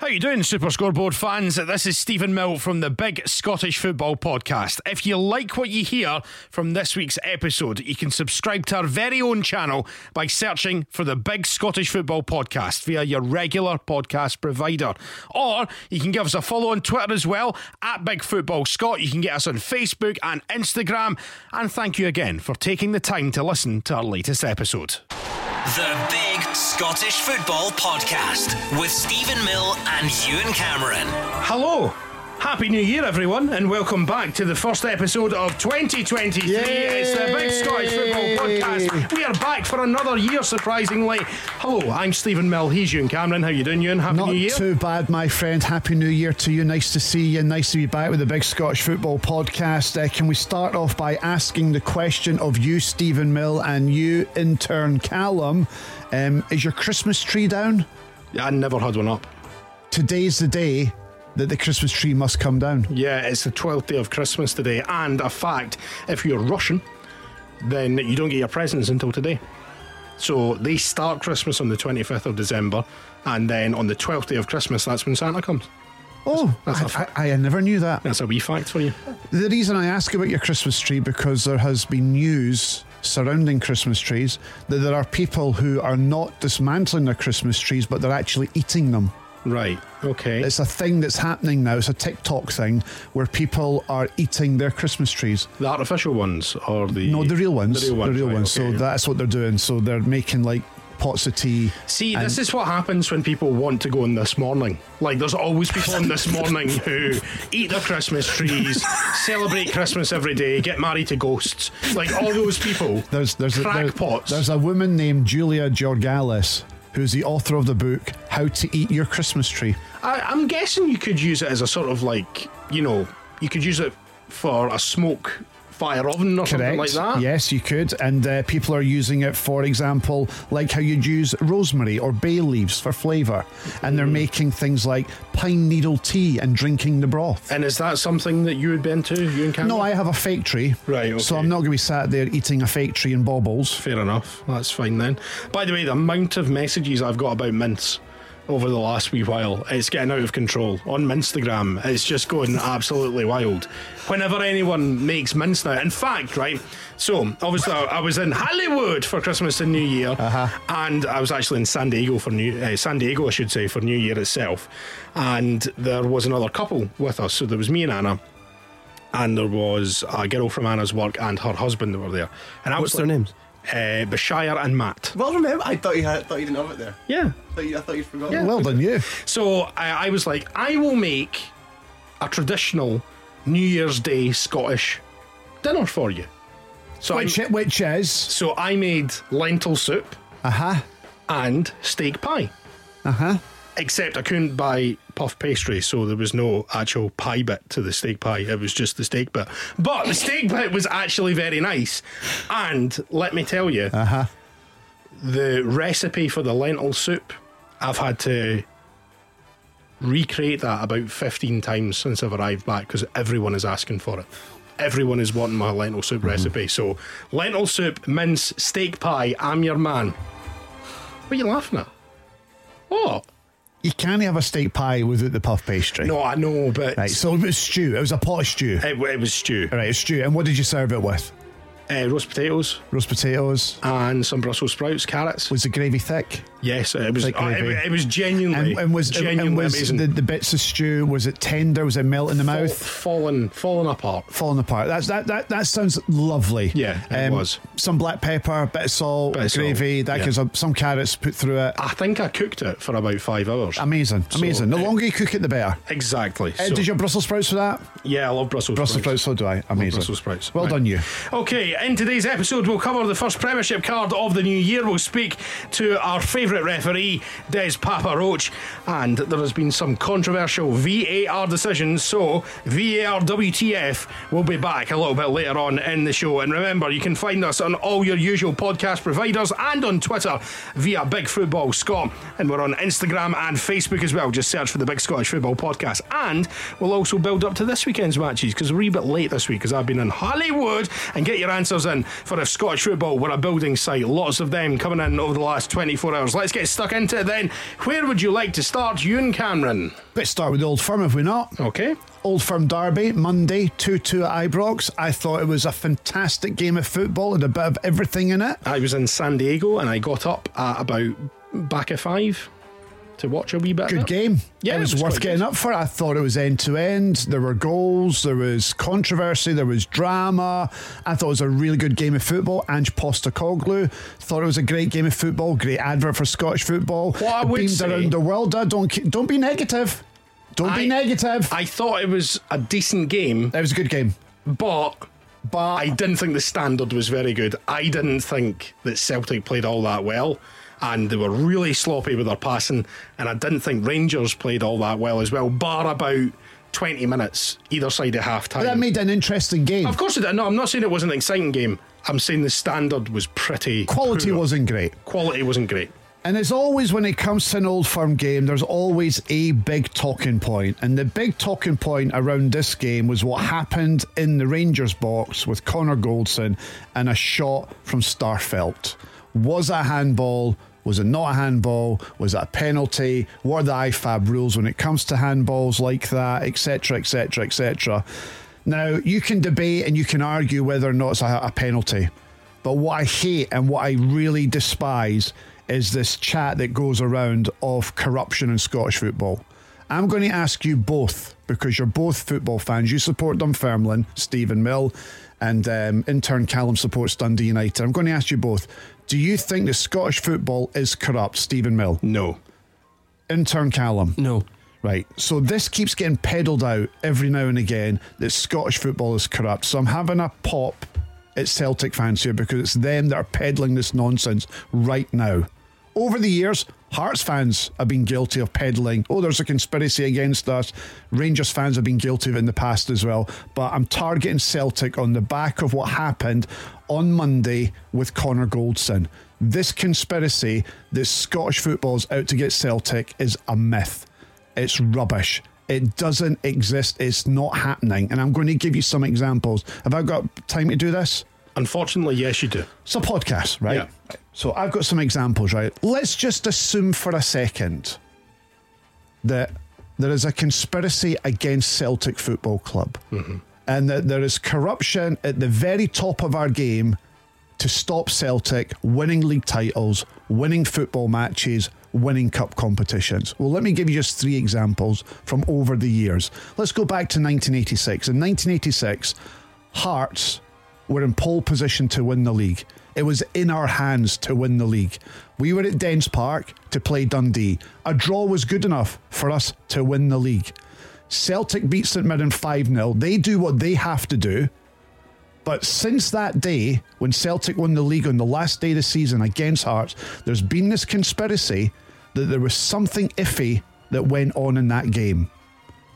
How you doing, Super Scoreboard fans? This is Stephen Mill from the Big Scottish Football Podcast. If you like what you hear from this week's episode, you can subscribe to our very own channel by searching for the Big Scottish Football Podcast via your regular podcast provider. Or you can give us a follow on Twitter as well, at Big Football Scott. You can get us on Facebook and Instagram. And thank you again for taking the time to listen to our latest episode. The Big Scottish Football Podcast with Stephen Mill and Ewan Cameron. Hello. Happy New Year, everyone, and welcome back to the first episode of 2023. It's the Big Scottish Football Podcast. We are back for another year, surprisingly. Hello, I'm Stephen Mill. He's Ewan Cameron. How you doing, Ewan? Happy Not New Year. too bad, my friend. Happy New Year to you. Nice to see you. Nice to be back with the Big Scottish Football Podcast. Uh, can we start off by asking the question of you, Stephen Mill, and you, intern Callum? Um, is your Christmas tree down? I never had one up. Today's the day that the Christmas tree must come down. Yeah, it's the 12th day of Christmas today, and a fact if you're Russian, then you don't get your presents until today. So they start Christmas on the 25th of December, and then on the 12th day of Christmas, that's when Santa comes. Oh, That's a I, I, I never knew that. That's a wee fact for you. The reason I ask about your Christmas tree because there has been news surrounding Christmas trees that there are people who are not dismantling their Christmas trees, but they're actually eating them. Right, okay. It's a thing that's happening now. It's a TikTok thing where people are eating their Christmas trees. The artificial ones or the No, the real ones. The real ones. right, so okay, yeah. that's what they're doing. So they're making like pots of tea. See, this is what happens when people want to go on this morning. Like, there's always people on this morning who eat their Christmas trees, celebrate Christmas every day, get married to ghosts. Like all those people. There's there's a, there- crackpots. there's a woman named Julia Georgalis who's the author of the book How to Eat Your Christmas Tree. I, I'm guessing you could use it as a sort of like, you know, you could use it for a smoke fire oven or something Correct. like that. Yes, you could. And uh, people are using it, for example, like how you'd use rosemary or bay leaves for flavour. And Mm. they're making things like pine needle tea and drinking the broth. And is that something that you would be into, you and Cameron? No, I have a fake tree. Right, So okay. I'm not going to be sat there eating a fake tree and baubles. Fair enough. That's fine then. By the way, the amount of messages I've got about mints over the last wee while, it's getting out of control. On Instagram, it's just going absolutely wild. Whenever anyone makes mints now, in fact, right? So, obviously, I I was in Hollywood for Christmas and New Year, and I was actually in San Diego for New uh, San Diego, I should say, for New Year itself. And there was another couple with us, so there was me and Anna. And there was a girl from Anna's work and her husband that were there. And I What's was their like- names? uh, Bashire and Matt. Well, remember, I thought you had, thought you didn't have it there. Yeah. I thought you, I thought you'd forgotten. Well done, you. So I, I was like, I will make a traditional New Year's Day Scottish dinner for you. So I, Which, which is. so I made lentil soup Uh huh. and steak pie. Uh huh. Except I couldn't buy puff pastry, so there was no actual pie bit to the steak pie. It was just the steak bit. But the steak bit was actually very nice. And let me tell you, Uh-huh. the recipe for the lentil soup, I've had to recreate that about 15 times since I've arrived back because everyone is asking for it. Everyone is wanting my lentil soup recipe. So, lentil soup, mince, steak pie, I'm your man. What are you laughing at? What? You can't have a steak pie without the puff pastry. No, I know, but Right, so Uh, it was stew. It was a pot of stew. it, it was stew. All right, it's stew. And what did you serve it with? Uh, roast potatoes Roast potatoes. and some Brussels sprouts, carrots. Was the gravy thick? Yes, it was. Thick oh, it, gravy. it was genuinely, And, and was, and- genuinely and was amazing. the, the bits of stew, was it tender? Was it melt in the Fall- mouth? fallen, fallen apart. Falling apart. That's, that, that that sounds lovely. Um, Yeah, it was. Some black pepper, bit of salt, Bit of salt, gravy. That yeah. gives up some carrots put through it. I think I cooked it for about five hours. Amazing, amazing. the uh, longer you cook it, the better. Exactly. Um, Uh, So- did your Brussels sprouts for that? yeah, I love Brussels, Brussels sprouts, so do I. Amazing. Brussels sprouts. Well Right. done, you. Okay, in today's episode, we'll cover the first Premiership card of the new year. We'll speak to our favourite referee, Des Papa Roach, and there has been some controversial VAR decisions, so VAR WTF will be back a little bit later on in the show. And remember, you can find us on all your usual podcast providers and on Twitter via Big Football Scott, and we're on Instagram and Facebook as well. Just search for the Big Scottish Football Podcast, and we'll also build up to this weekend's matches because we're a wee bit late this week because I've been in Hollywood and get your answers in for if Scottish football were a building site. Lots of them coming in over the last 24 hours. Let's let's get stuck into it then. Where would you like to start, Ewan Cameron? Let's start with Old Firm, if we not? Okay. Old Firm Derby, Monday, 2 2 at Ibrox. I thought it was a fantastic game of football, it had a bit of everything in it. I was in San Diego and I got up at about back of five to watch a wee bit. of Good it. game. Yeah, it it was, was worth quite getting good. up for. I thought it was end to end. There were goals, there was controversy, there was drama. I thought it was a really good game of football. Ange Postacoglu thought it was a great game of football. Great advert for Scottish football. What I It would beamed say- around the world. Uh, Don't ki- don't be negative. Don't I- be negative. I thought it was a decent game, it was a good game, but but I didn't think the standard was very good. I didn't think that Celtic played all that well, and they were really sloppy with their passing. And I didn't think Rangers played all that well as well, bar about 20 minutes either side of half time. that made an interesting game. of course, it did. No, I'm not saying it was an exciting game. I'm saying the standard was pretty. Quality poor. wasn't great. Quality wasn't great. And as always, when it comes to an old firm game, there's always a big talking point. And the big talking point around this game was what happened in the Rangers box with Connor Goldson and a shot from Starfelt. Was that a handball? Was it not a handball? Was it a penalty? What are the IFAB rules when it comes to handballs like that, etc., etc., etc.? Now, you can debate and you can argue whether or not it's a, a penalty. But what I hate and what I really despise is this chat that goes around of corruption in Scottish football. I'm going to ask you both because you're both football fans. You support Dunfermline, Stephen Mill, and um, in turn Callum supports Dundee United. I'm going to ask you both: Do you think that Scottish football is corrupt, Stephen Mill? No. In turn Callum. No. Right. So this keeps getting peddled out every now and again that Scottish football is corrupt. So I'm having a pop at Celtic fans here because it's them that are peddling this nonsense right now. Over the years, Hearts fans have been guilty of peddling. Oh, there's a conspiracy against us. Rangers fans have been guilty of it in the past as well. But I'm targeting Celtic on the back of what happened on Monday with Connor Goldson. This conspiracy that Scottish football's out to get Celtic is a myth. It's rubbish. It doesn't exist. It's not happening. And I'm going to give you some examples. Have I got time to do this? Unfortunately, yes, you do. It's a podcast, right? Yeah. So I've got some examples, right? Let's just assume for a second that there is a conspiracy against Celtic Football Club and that there is corruption at the very top of our game to stop Celtic winning league titles, winning football matches, winning cup competitions. Well, let me give you just three examples from over the years. Let's go back to 1986. In 1986, Hearts were in pole position to win the league. It was in our hands to win the league. We were at Dens Park to play Dundee. A draw was good enough for us to win the league. Celtic beat St Mirren 5 0. They do what they have to do. But since that day, when Celtic won the league on the last day of the season against Hearts, there's been this conspiracy that there was something iffy that went on in that game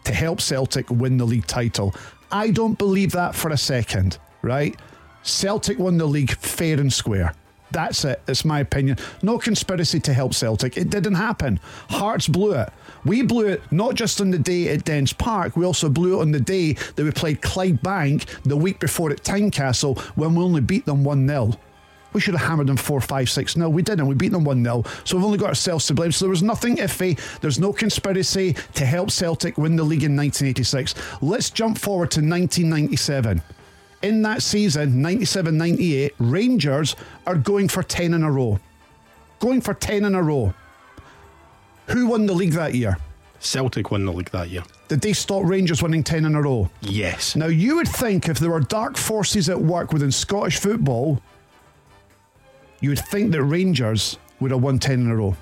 to help Celtic win the league title. I don't believe that for a second, right? Celtic won the league fair and square. That's it. It's my opinion. No conspiracy to help Celtic. It didn't happen. Hearts blew it. We blew it not just on the day at Dens Park, we also blew it on the day that we played Clyde Bank the week before at Tynecastle when we only beat them 1 0. We should have hammered them 4 5 6 0. We didn't. We beat them 1 0. So we've only got ourselves to blame. So there was nothing iffy. There's no conspiracy to help Celtic win the league in 1986. Let's jump forward to 1997. In that season, 97 98, Rangers are going for 10 in a row. Going for 10 in a row. Who won the league that year? Celtic won the league that year. Did they stop Rangers winning 10 in a row? Yes. Now, you would think if there were dark forces at work within Scottish football, you would think that Rangers would have won 10 in a row.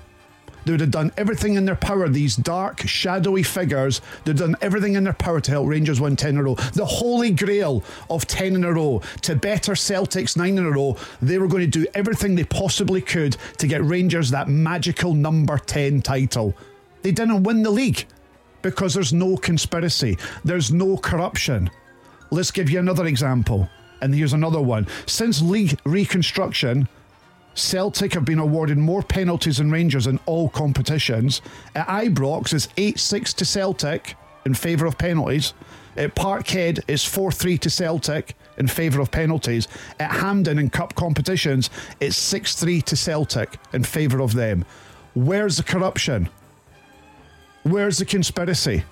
They would have done everything in their power, these dark, shadowy figures. They've done everything in their power to help Rangers win 10 in a row. The holy grail of 10 in a row to better Celtics 9 in a row. They were going to do everything they possibly could to get Rangers that magical number 10 title. They didn't win the league because there's no conspiracy, there's no corruption. Let's give you another example. And here's another one. Since league reconstruction, Celtic have been awarded more penalties than Rangers in all competitions. At Ibrox, it's 8 6 to Celtic in favour of penalties. At Parkhead, it's 4 3 to Celtic in favour of penalties. At Hampden in cup competitions, it's 6 3 to Celtic in favour of them. Where's the corruption? Where's the conspiracy?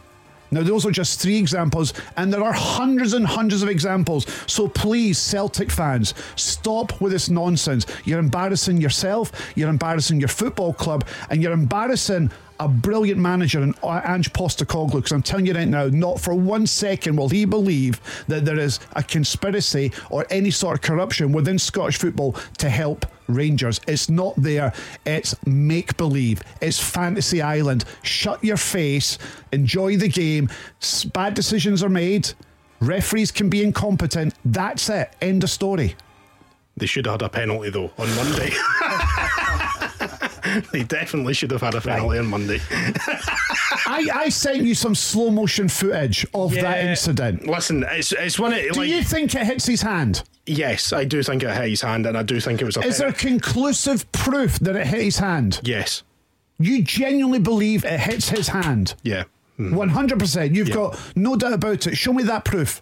Now, those are just three examples, and there are hundreds and hundreds of examples. So please, Celtic fans, stop with this nonsense. You're embarrassing yourself, you're embarrassing your football club, and you're embarrassing a brilliant manager in uh, Ange Postacoglu. Because I'm telling you right now, not for one second will he believe that there is a conspiracy or any sort of corruption within Scottish football to help Rangers. It's not there. It's make believe. It's fantasy island. Shut your face. Enjoy the game. S- Bad decisions are made. Referees can be incompetent. That's it. End of story. They should have had a penalty though on Monday. they definitely should have had a penalty on Monday. I, I sent you some slow motion footage of that Yeah. incident. Listen, it's it's one of Do like you think it hits his hand? yes, I do think it hit his hand, and I do think it was a Is there penalty. conclusive proof that it hit his hand? yes, You genuinely believe it hits his hand? yeah. Mm. 100%. You've Yeah. got no doubt about it. Show me that proof.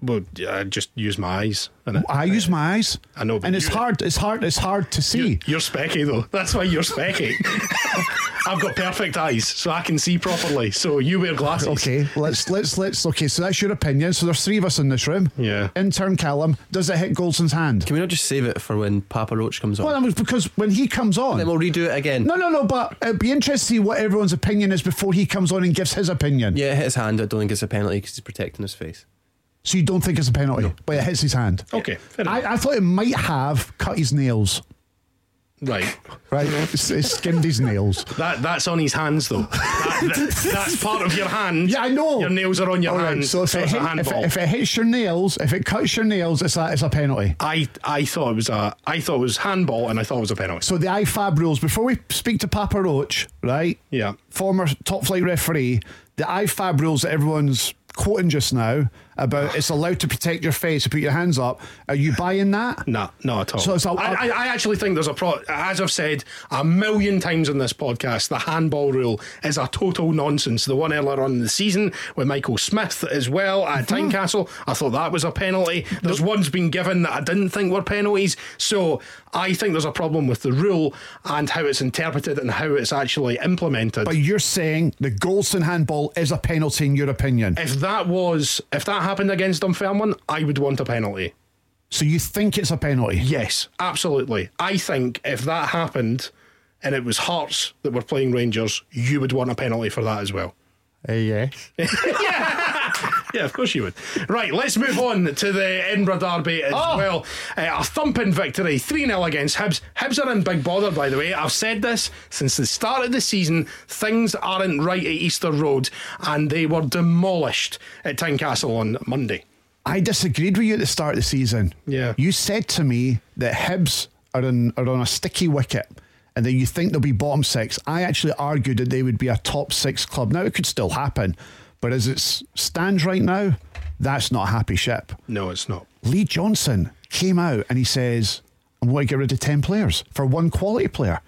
Well, I just use my eyes. And I use my eyes. Uh, I know, but and it's you- hard. It's hard. It's hard to see. You're specky though. That's why you're specky. I've got perfect eyes, so I can see properly. So you wear glasses. Okay, let's let's let's. Okay, so that's your opinion. So there's three of us in this room. Yeah. Intern Callum, does it hit Goldson's hand? Can we not just save it for when Papa Roach comes on? Well, that was because when he comes on, then we'll redo it again. no, no, no. But it'd be interesting to see what everyone's opinion is before he comes on and gives his opinion. Yeah, it hit his hand. I don't think it's a penalty because he's protecting his face. So you don't think it's a penalty, but it hits his hand. Okay, fair enough. I, I thought it might have cut his nails. Right. Right, it's, it skimmed his nails. That that's on his hands though. That- that- that's part of your hand. Yeah, I know. Your nails are on your All right, hands. so if, it it's a hit- if, handball. it, if it hits your nails, if it cuts your nails, it's a, it's a penalty. I I thought it was a I thought it was handball and I thought it was a penalty. So the IFAB rules. Before we speak to Papa Roach, right? Yeah. Former top flight referee. The IFAB rules that everyone's quoting just now about it's allowed to protect your face to put your hands up. Are you buying that? Nah, not at all. So it's a- I, I, I actually think there's a pro. As I've said a million times on this podcast, the handball rule is a total nonsense. The one earlier on in the season with Michael Smith as well at Mm-hmm. Tynecastle, I thought that was a penalty. There's ones been given that I didn't think were penalties. So I think there's a problem with the rule and how it's interpreted and how it's actually implemented. But you're saying the Golson handball is a penalty in your opinion. if that was if that happened against Dunfermline, I would want a penalty. So you think it's a penalty? Yes, absolutely. I think if that happened and it was Hearts that were playing Rangers, you would want a penalty for that as well. Uh, yes. Yeah, of course you would. Right, let's move on to the Edinburgh Derby as well. Uh, a thumping victory, 3 0 against Hibs. Hibs are in big bother, by the way. I've said this since the start of the season. Things aren't right at Easter Road, and they were demolished at Tynecastle on Monday. I disagreed with you at the start of the season. Yeah. You said to me that Hibs are, in, are on a sticky wicket and that you think they'll be bottom six. I actually argued that they would be a top six club. Now, it could still happen, but as it s- stands right now, that's not a happy ship. No, it's not. Lee Johnson came out and he says, I'm going to get rid of 10 players for one quality player.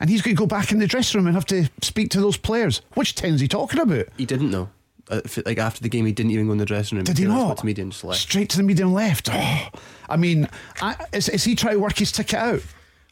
And he's going to go back in the dressing room and have to speak to those players. Which 10 is he talking about? He didn't know. Uh, if- Like after the game, he didn't even go in the dressing room. Did he realised not? what the media and just left. Straight to the medium left. Oh, I mean, I, is, is he trying to work his ticket out?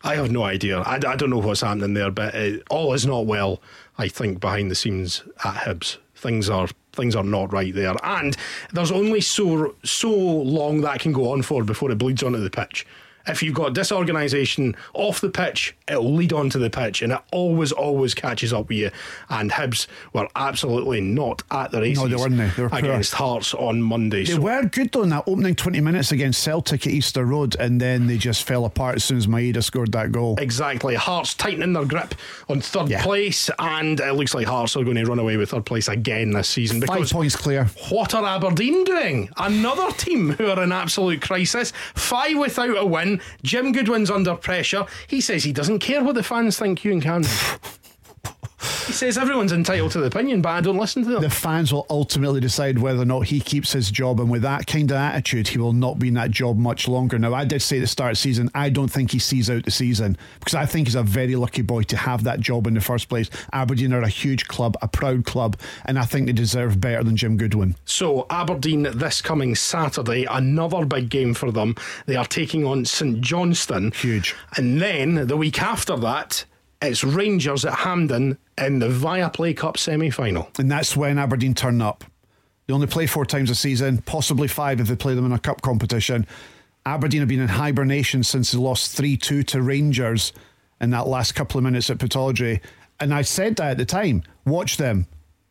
I have no idea. I, I don't know what's happening there, but uh all is not well. I think behind the scenes at Hibs, things are things are not right there, and there's only so so long that can go on for before it bleeds onto the pitch. If you've got disorganisation off the pitch, it'll lead onto the pitch, and it always, always catches up with you. And Hibs were absolutely not at the races No, they weren't, they were poor. against Hearts on Monday. They So- were good though in that opening 20 minutes against Celtic at Easter Road, and then they just fell apart as soon as Maeda scored that goal. Exactly. Hearts tightening their grip on third Yeah. place, and it looks like Hearts are going to run away with third place again this season. Five Because points clear. what are Aberdeen doing? Another team who are in absolute crisis. Five without a win. Jim Goodwin's under pressure. He says he doesn't care what the fans think. You and Cameron. he says everyone's entitled to the opinion, but I don't listen to them. The fans will ultimately decide whether or not he keeps his job, and with that kind of attitude, he will not be in that job much longer. Now, I did say at the start of the season, I don't think he sees out the season because I think he's a very lucky boy to have that job in the first place. Aberdeen are a huge club, a proud club, and I think they deserve better than Jim Goodwin. So Aberdeen this coming Saturday, another big game for them. They are taking on St Johnston. Huge. And then the week after that, It's Rangers at Hampden in the Viaplay Cup semi final. And that's when Aberdeen turn up. They only play four times a season, possibly five if they play them in a cup competition. Aberdeen have been in hibernation since they lost 3 2 to Rangers in that last couple of minutes at Pataudry. And I said that at the time watch them.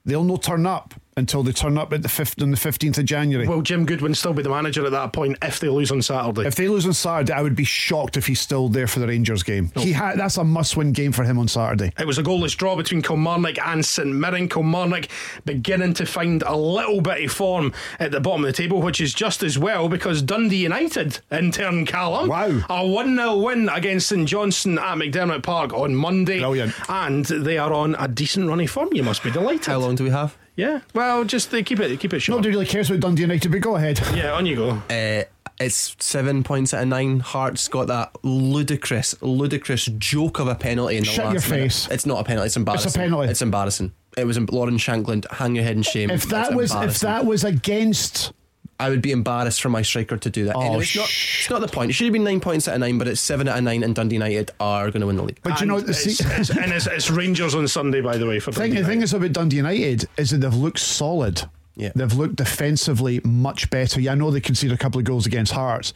They'll no turn up until they turn up at the fifth, on the 15th of January. Will Jim Goodwin still be the manager at that point if they lose on Saturday? if they lose on Saturday, I would be shocked if he's still there for the Rangers game. He ha- that's a must win game for him on Saturday. It was a goalless draw between Kilmarnock and St Mirren. Kilmarnock beginning to find a little bit of form at the bottom of the table, which is just as well because Dundee United in turn Callum. Wow. A 1 0 win against St Johnson at McDermott Park on Monday. Brilliant. And they are on a decent run of form. You must be delighted. How long do we have? Yeah. Well, just they keep it keep it short. Nobody really cares about Dundee United, but go ahead. yeah, on you go. Uh, it's seven points out of nine. Hearts got that ludicrous, ludicrous joke of a penalty in the Shut last your minute. face. It's not a penalty. It's embarrassing. penalty. It's embarrassing. It was em- Lauren Shankland. Hang your head in shame. If that It's was if embarrassing. that was against I would be embarrassed for my striker to do that. Oh, Anyway, it's, not, shh. it's not the point. It should have been nine points out of nine, but it's seven out of nine, and Dundee United are going to win the league. But you know, And the it's, se- it's- and it's, it's Rangers on Sunday, by the way. For thing, Dundee the thing United. is about Dundee United is that they've looked solid. Yeah. They've looked defensively much better. Yeah, I know they conceded a couple of goals against Hearts.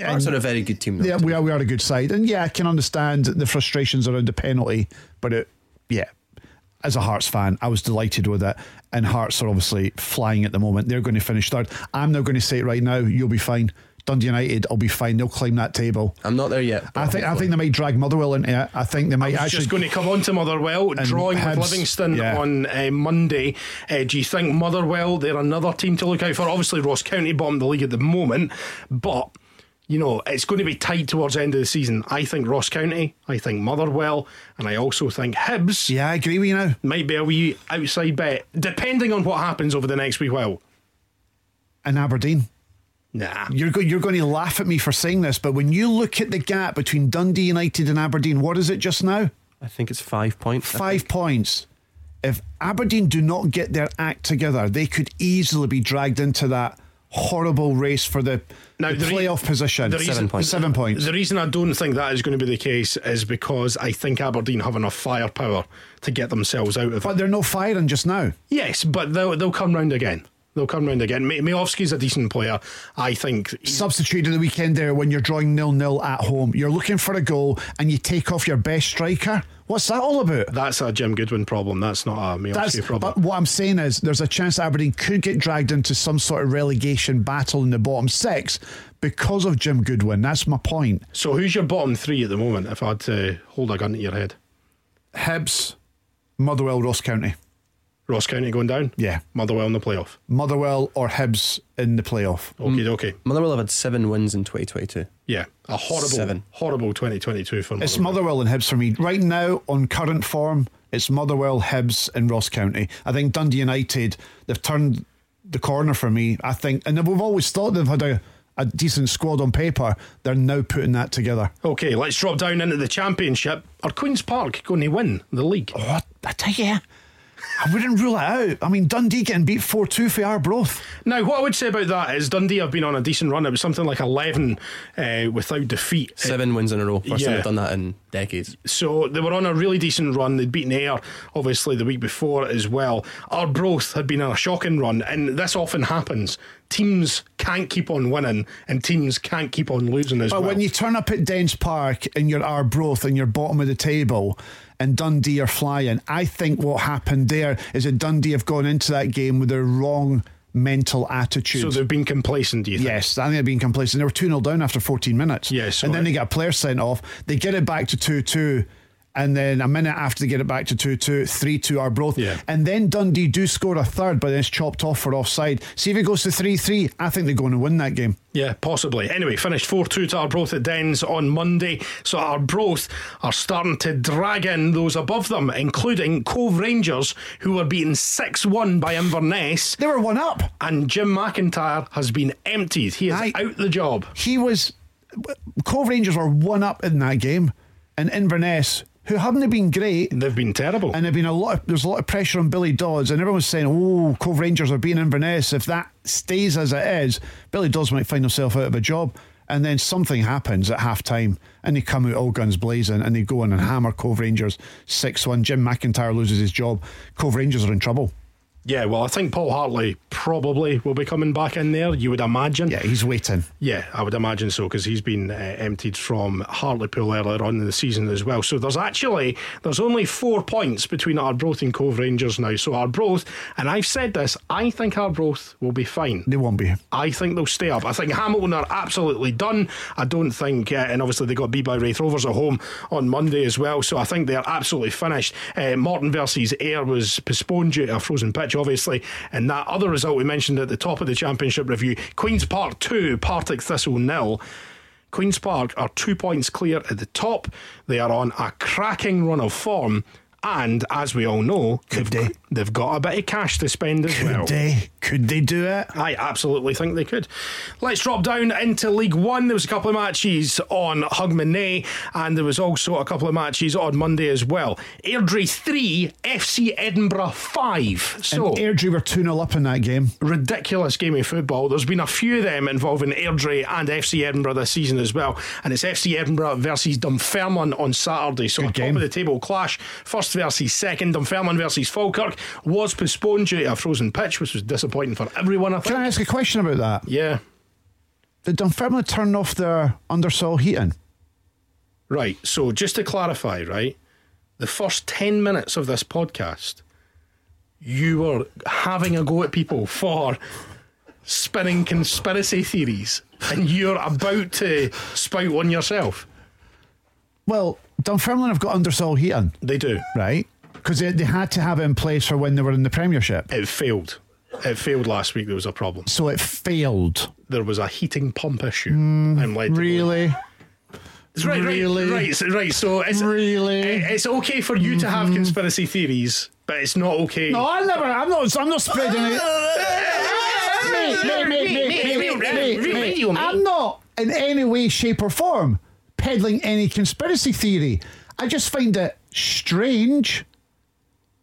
Hearts are a very good team. Though, Yeah, we are we are a good side, and yeah, I can understand the frustrations around the penalty, but it, yeah, as a Hearts fan, I was delighted with it. And Hearts are obviously flying at the moment. They're going to finish third. I'm not going to say it right now. You'll be fine. Dundee United, will be fine. They'll climb that table. I'm not there yet. but I think I hopefully. think they might drag Motherwell into it. I think they might It's actually just going to come on to Motherwell, drawing Hibs, with Livingston yeah. on uh, Monday. Uh, do you think Motherwell, they're another team to look out for? Obviously, Ross County bottom of the league at the moment, but. You know, it's going to be tied towards the end of the season. I think Ross County, I think Motherwell, and I also think Hibs Yeah, I agree with you now. might be a wee outside bet, depending on what happens over the next wee while. And Aberdeen. Nah. You're, go- you're going to laugh at me for saying this, but when you look at the gap between Dundee United and Aberdeen, what is it just now? I think it's five points. Five points. If Aberdeen do not get their act together, they could easily be dragged into that horrible race for the, Now, the the re- playoff position. the reason- Seven points. Seven points. The reason I don't think that is going to be the case is because I think Aberdeen have enough firepower to get themselves out of it. But they're no firing just now. Yes, but they'll, they'll come round again. They'll come round again. Mi- Miovski's a decent player. I think Substituted the weekend there when you're drawing nil nil at home. You're looking for a goal and you take off your best striker. What's that all about? that's a Jim Goodwin problem. That's not a Miovski That's, problem. but what I'm saying is there's a chance Aberdeen could get dragged into some sort of relegation battle in the bottom six because of Jim Goodwin. That's my point. so who's your bottom three at the moment, if I had to hold a gun to your head? Hibs, Motherwell, Ross County. Ross County going down? Yeah. Motherwell in the playoff. Motherwell or Hibs in the playoff. Okay, okay. Motherwell have had seven wins in 2022. Yeah. A horrible, Seven. horrible 2022 for It's Motherwell. Motherwell and Hibs for me. Right now, on current form, it's Motherwell, Hibs, and Ross County. I think Dundee United, they've turned the corner for me. I think, and we've always thought they've had a, a decent squad on paper. They're now putting that together. Okay, let's drop down into the championship. Are Queen's Park going to win the league? What? Oh, I tell you, I wouldn't rule it out. I mean, Dundee getting beat 4 2 for Arbroath. Now, what I would say about that is Dundee have been on a decent run. It was something like 11 uh, without defeat. Seven wins in a row. First time yeah. they've done that in decades. So they were on a really decent run. They'd beaten Ayr, obviously, the week before as well. Arbroath had been on a shocking run, and this often happens. Teams can't keep on winning, and teams can't keep on losing as But well. when you turn up at Dens Park and you're Arbroath and you're bottom of the table and Dundee are flying, I think what happened there is that Dundee have gone into that game with the wrong mental attitude. so they've been complacent, do you think? Yes, I think they've been complacent. They were 2 0 down after 14 minutes. Yes, and then right. they get a player sent off. They get it back to 2 2. And then a minute after they get it back to 2 2, 3 2 Arbroath. Yeah. And then Dundee do score a third, but then it's chopped off for offside. See if it goes to 3 3. I think they're going to win that game. Yeah, possibly. Anyway, finished 4 2 to Arbroath at Dens on Monday. So Arbroath are starting to drag in those above them, including Cove Rangers, who were beaten 6 1 by Inverness. They were one up. And Jim McIntyre has been emptied. He is Aye. out the job. He was. Cove Rangers were one up in that game. And Inverness, who haven't been great, They've been terrible. and there've been a lot. Of, there's a lot of pressure on Billy Dodds, and everyone's saying, "Oh, Cove Rangers are being Inverness. If that stays as it is, Billy Dodds might find himself out of a job." And then something happens at half time and they come out all guns blazing and they go in and hammer Cove Rangers 6 1. Jim McIntyre loses his job. Cove Rangers are in trouble. Yeah, well, I think Paul Hartley probably will be coming back in there, you would imagine. Yeah, he's waiting. Yeah, I would imagine so because he's been uh, emptied from Hartlepool earlier on in the season as well. So there's actually there's only four points between Arbroath and Cove Rangers now. So Arbroath, and I've said this, I think Arbroath will be fine. They won't be. I think they'll stay up. I think Hamilton are absolutely done. I don't think, uh, and obviously they got beat by Wraith Rovers at home on Monday as well. So I think they're absolutely finished. Uh, Morton versus Ayr was postponed due to a frozen pitch, obviously. And that other result we mentioned at the top of the championship review Queen's Park 2, Partick Thistle nil. Queen's Park are two points clear at the top. They are on a cracking run of form. And as we all know, Could they've, they? they've got a bit of cash to spend as well. they? Could they do it? I absolutely think they could. Let's drop down into League One. There was a couple of matches on Hogmanay, and there was also a couple of matches on Monday as well. Airdrie three, FC Edinburgh five. So And Airdrie were 2 0 up in that game. ridiculous game of football. There's been a few of them involving Airdrie and FC Edinburgh this season as well. And it's FC Edinburgh versus Dunfermline on Saturday. So a top game. of the table clash, first versus second. Dunfermline versus Falkirk was postponed due to a frozen pitch, which was disappointing for everyone. I think. Can I ask a question about that? yeah. Did Dunfermline turn off their undersoil heating? Right. So just to clarify, right, the first 10 minutes of this podcast, you were having a go at people for spinning conspiracy theories, and you're about to spout one yourself. Well, Dunfermline have got undersoil heating, They do. right? Because they, they had to have it in place for when they were in the Premiership. It failed. It failed last week. There was a problem. So it failed. There was a heating pump issue. I'm led to believe. Mm, Really? It's Right, Really? right, right, so- right. So it's Really? Mm-hmm. it- It's okay for you to have conspiracy theories, but it's not okay. No, I never. I'm not. I'm not spreading it. Mate, mate, mate, mate, mate, mate, mate, mate. I'm not in any way, shape, or form peddling any conspiracy theory. I just find it strange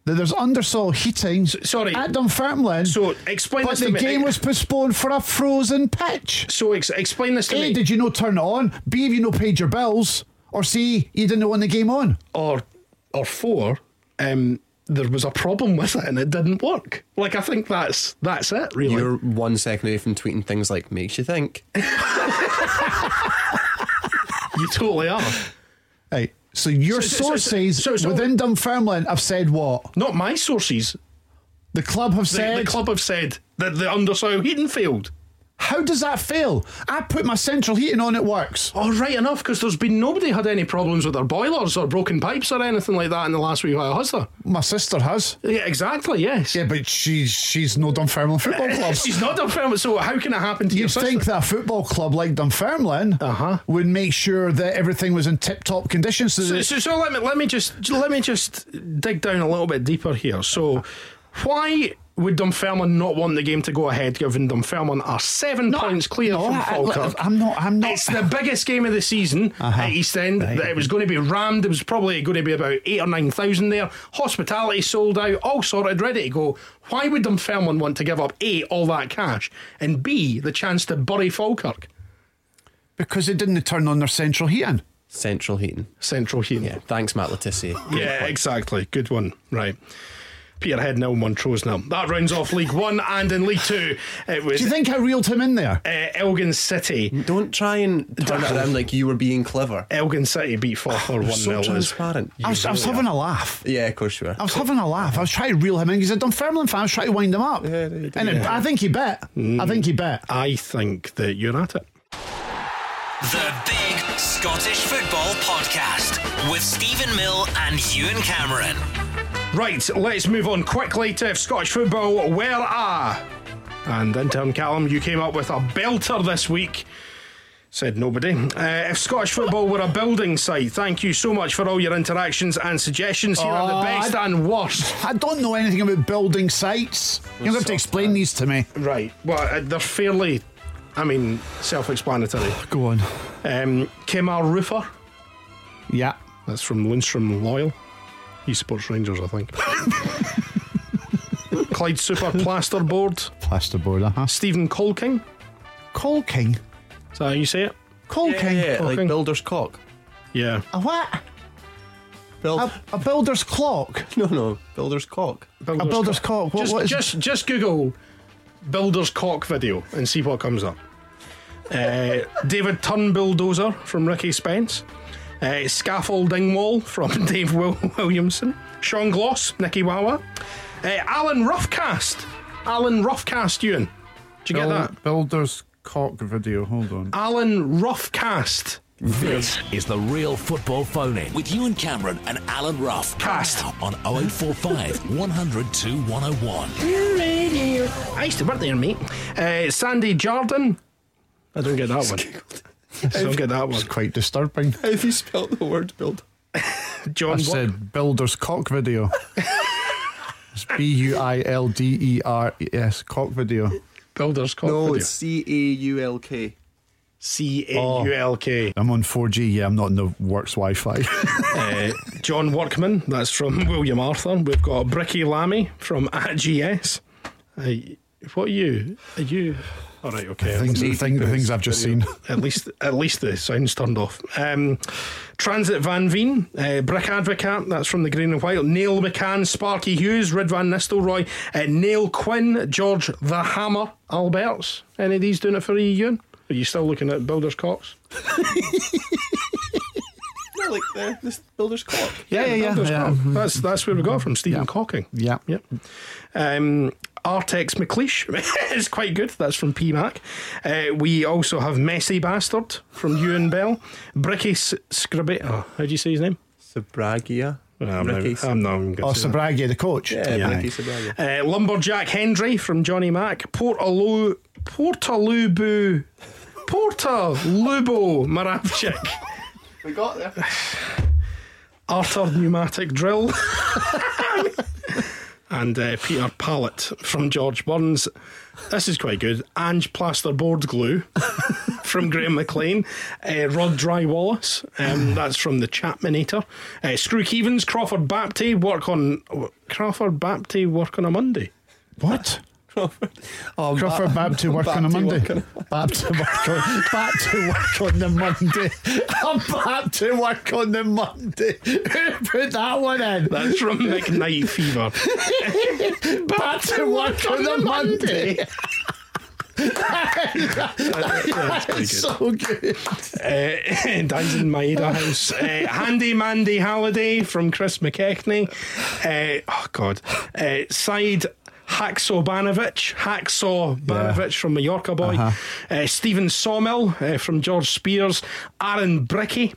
that there's undersoil heating sorry. at Dunfermline, So explain but this to the me. game was postponed for a frozen pitch. So ex- explain this to A, me. did you not turn it on? B, have you not paid your bills? Or C, you didn't want the game on? or or four, um, there was a problem with it and it didn't work. Like I think that's that's it really. You're one second away from tweeting things like makes you think. You totally are. Right. So your So- so- so- sources so- so- within Dunfermline have said what? Not my sources. The club have The, said. the club have said that the undersoil heating failed. How does that fail? I put my central heating on, it works. Oh, right enough, because there's been nobody had any problems with their boilers or broken pipes or anything like that in the last wee while, has there? My sister has. Yeah, exactly. Yes. Yeah, but she's she's no Dunfermline football club. She's not done film, so how can it happen to your You'd sister? think that a football club like Dunfermline Uh-huh. would make sure that everything was in tip-top condition. So, So, that- so, so let me let me just let me just dig down a little bit deeper here. So, why would Dunfermline not want the game to go ahead, given Dunfermline are seven points clear no, from I- I- look, Falkirk? I'm not- I'm not- Uh-huh. It's the biggest game of the season at East End. It was going to be rammed. It was probably going to be about eight or nine thousand there. Hospitality sold out, all sorted, ready to go. Why would Dunfermline want to give up a all that cash and b the chance to bury Falkirk? because they didn't turn on their central heating. Central heating. Central Heating. Yeah. Thanks, Matt Letizia. Yeah, exactly. Good one. Right. Peterhead nil, Montrose nil. That rounds off League One, and in League Two, it was Do you think I reeled him in there? uh, Elgin City. Don't try and turn it around like you were being clever. Elgin City beat Falkirk one So 0 transparent. I was, I was having a laugh. Yeah, of course you were. I was having a laugh. I was trying to reel him in. He's a Dunfermline fan. I was trying to wind him up. and it- I think he bet. I think he bet. I think that you're at it. The Big Scottish Football Podcast with Stephen Mill and Ewan Cameron. Right, let's move on quickly to Scottish football. Where are? And intern Callum, you came up with a belter this week. Said nobody. Uh, if Scottish football were a building site, thank you so much for all your interactions and suggestions. Here are Oh, the best I- and worst. I don't know anything about building sites. You're going to have to explain these to me. Right. Well, uh, they're fairly, I mean, self explanatory. Go on. Um, Kemar Roofer, Yeah. that's from Lindstrom Loyal. He supports Rangers, I think. Clyde Super Plasterboard, Plasterboard, uh huh. Stephen Colking. Colking. Is that how you say it? Coal King. Yeah, Coal like King. builder's cock. Yeah. A what? Build, A, a builder's clock. no, no, builder's cock. a builder's cock. What, just, what is just, just Google builder's cock video and see what comes up. Uh, David Turnbull Dozer from Ricky Spence. Uh, Scaffolding Wall from Dave Wil- Williamson. Sean Gloss, Nicky Wawa. Uh, Alan Roughcast. Alan Roughcast, Ewan. Did you get that? Builder's cock video. Hold on. Alan Roughcast. This is the real football phone in with Ewan Cameron and Alan Ruff. Cast. Now on 0845 100 101. I used to work there, mate. Uh, Sandy Jardin. I don't get that one. I don't get that one. It's quite disturbing. How have you spelt the word build? John I Wa- said builder's cock video. It's B U I L D E R E S cock video. Builder's cock No, video. Oh, it's C A U L K. C A U L K. I'm on 4G. Yeah, I'm not in the works Wi-Fi. Uh, John Workman, that's from William Arthur. We've got Bricky Lammy from AGS. Uh, what are you? Are you? All right, okay. things, the, thing, the things I've just seen. At least, at least the sound's turned off. Um, Transit Van Veen, uh, Brick Advocate, that's from the Green and White. Neil McCann, Sparky Hughes, Ridvan Nistelrooy, uh, Neil Quinn, George the Hammer, Alberts. Any of these doing it for you, Ewan? Are you still looking at Builders Cox? No, like the this builder's clock. Yeah, yeah, yeah, Builders yeah. Mm-hmm. Cock. That's that's where we got it from Stephen Cocking. Yeah. Yep. Um, Artex McLeish is quite good. That's from PMAC. Uh, we also have Messy Bastard from Ewan Bell. Bricky S- Scribby. Oh, how do you say his name? Sabragia. I'm not, Brickies. I'm not even Oh, going to say that. Sabragi, the coach. Yeah, uh, Yeah. Bricky Sabragia. Uh, Lumberjack Hendry from Johnny Mac. Portaloo. Portalubu. Portalubo Maravchik. We got there. Arthur Pneumatic Drill. and uh, Peter Pallet from George Burns. This is quite good. Ange Plasterboard Glue from Graham McLean. Uh, Rod Dry Wallace, um, that's from the Chapmanator. Uh, Screw Evans, Crawford Bapty, work on. Crawford Bapty, work on a Monday. What? Oh, Crawford Ba- Bab to work on a Bab to Monday. work on Bab to work on Bab to work on the Monday. I'm Bab to work on the Monday. Who put that one in? That's from McKnight Fever. Bab to work on the Monday. That's pretty good. So good. Uh, Dan's in Maeda House. Uh, Handy Mandy Halliday from Chris McKechnie. Uh, oh, God. Uh, Side Hacksaw Banovich. Hacksaw Banovich from Mallorca Boy. uh Uh-huh. Stephen Sawmill uh, from George Spears. Aaron Bricky.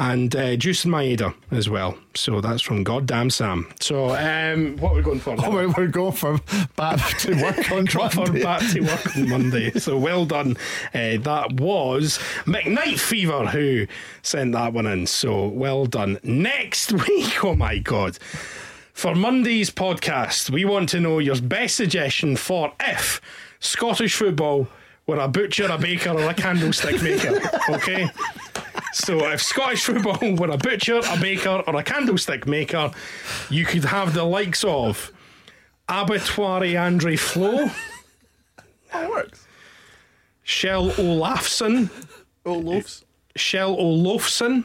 And uh, Juice and Maeda as well. So that's from Goddamn Sam. So um, what are we going for? now? Oh, we- we're going from Bab to work on Crawford Monday. back to work on Monday. So well done. Uh, that was McKnight Fever who sent that one in. So well done. Next week, oh my God. For Monday's podcast, we want to know your best suggestion for if Scottish football were a butcher, a baker, or a candlestick maker. Okay? So if Scottish football were a butcher, a baker, or a candlestick maker, you could have the likes of Abattoir Andre Flo. That works. Shell Olafson, Oh, loaves. Shell Olofson,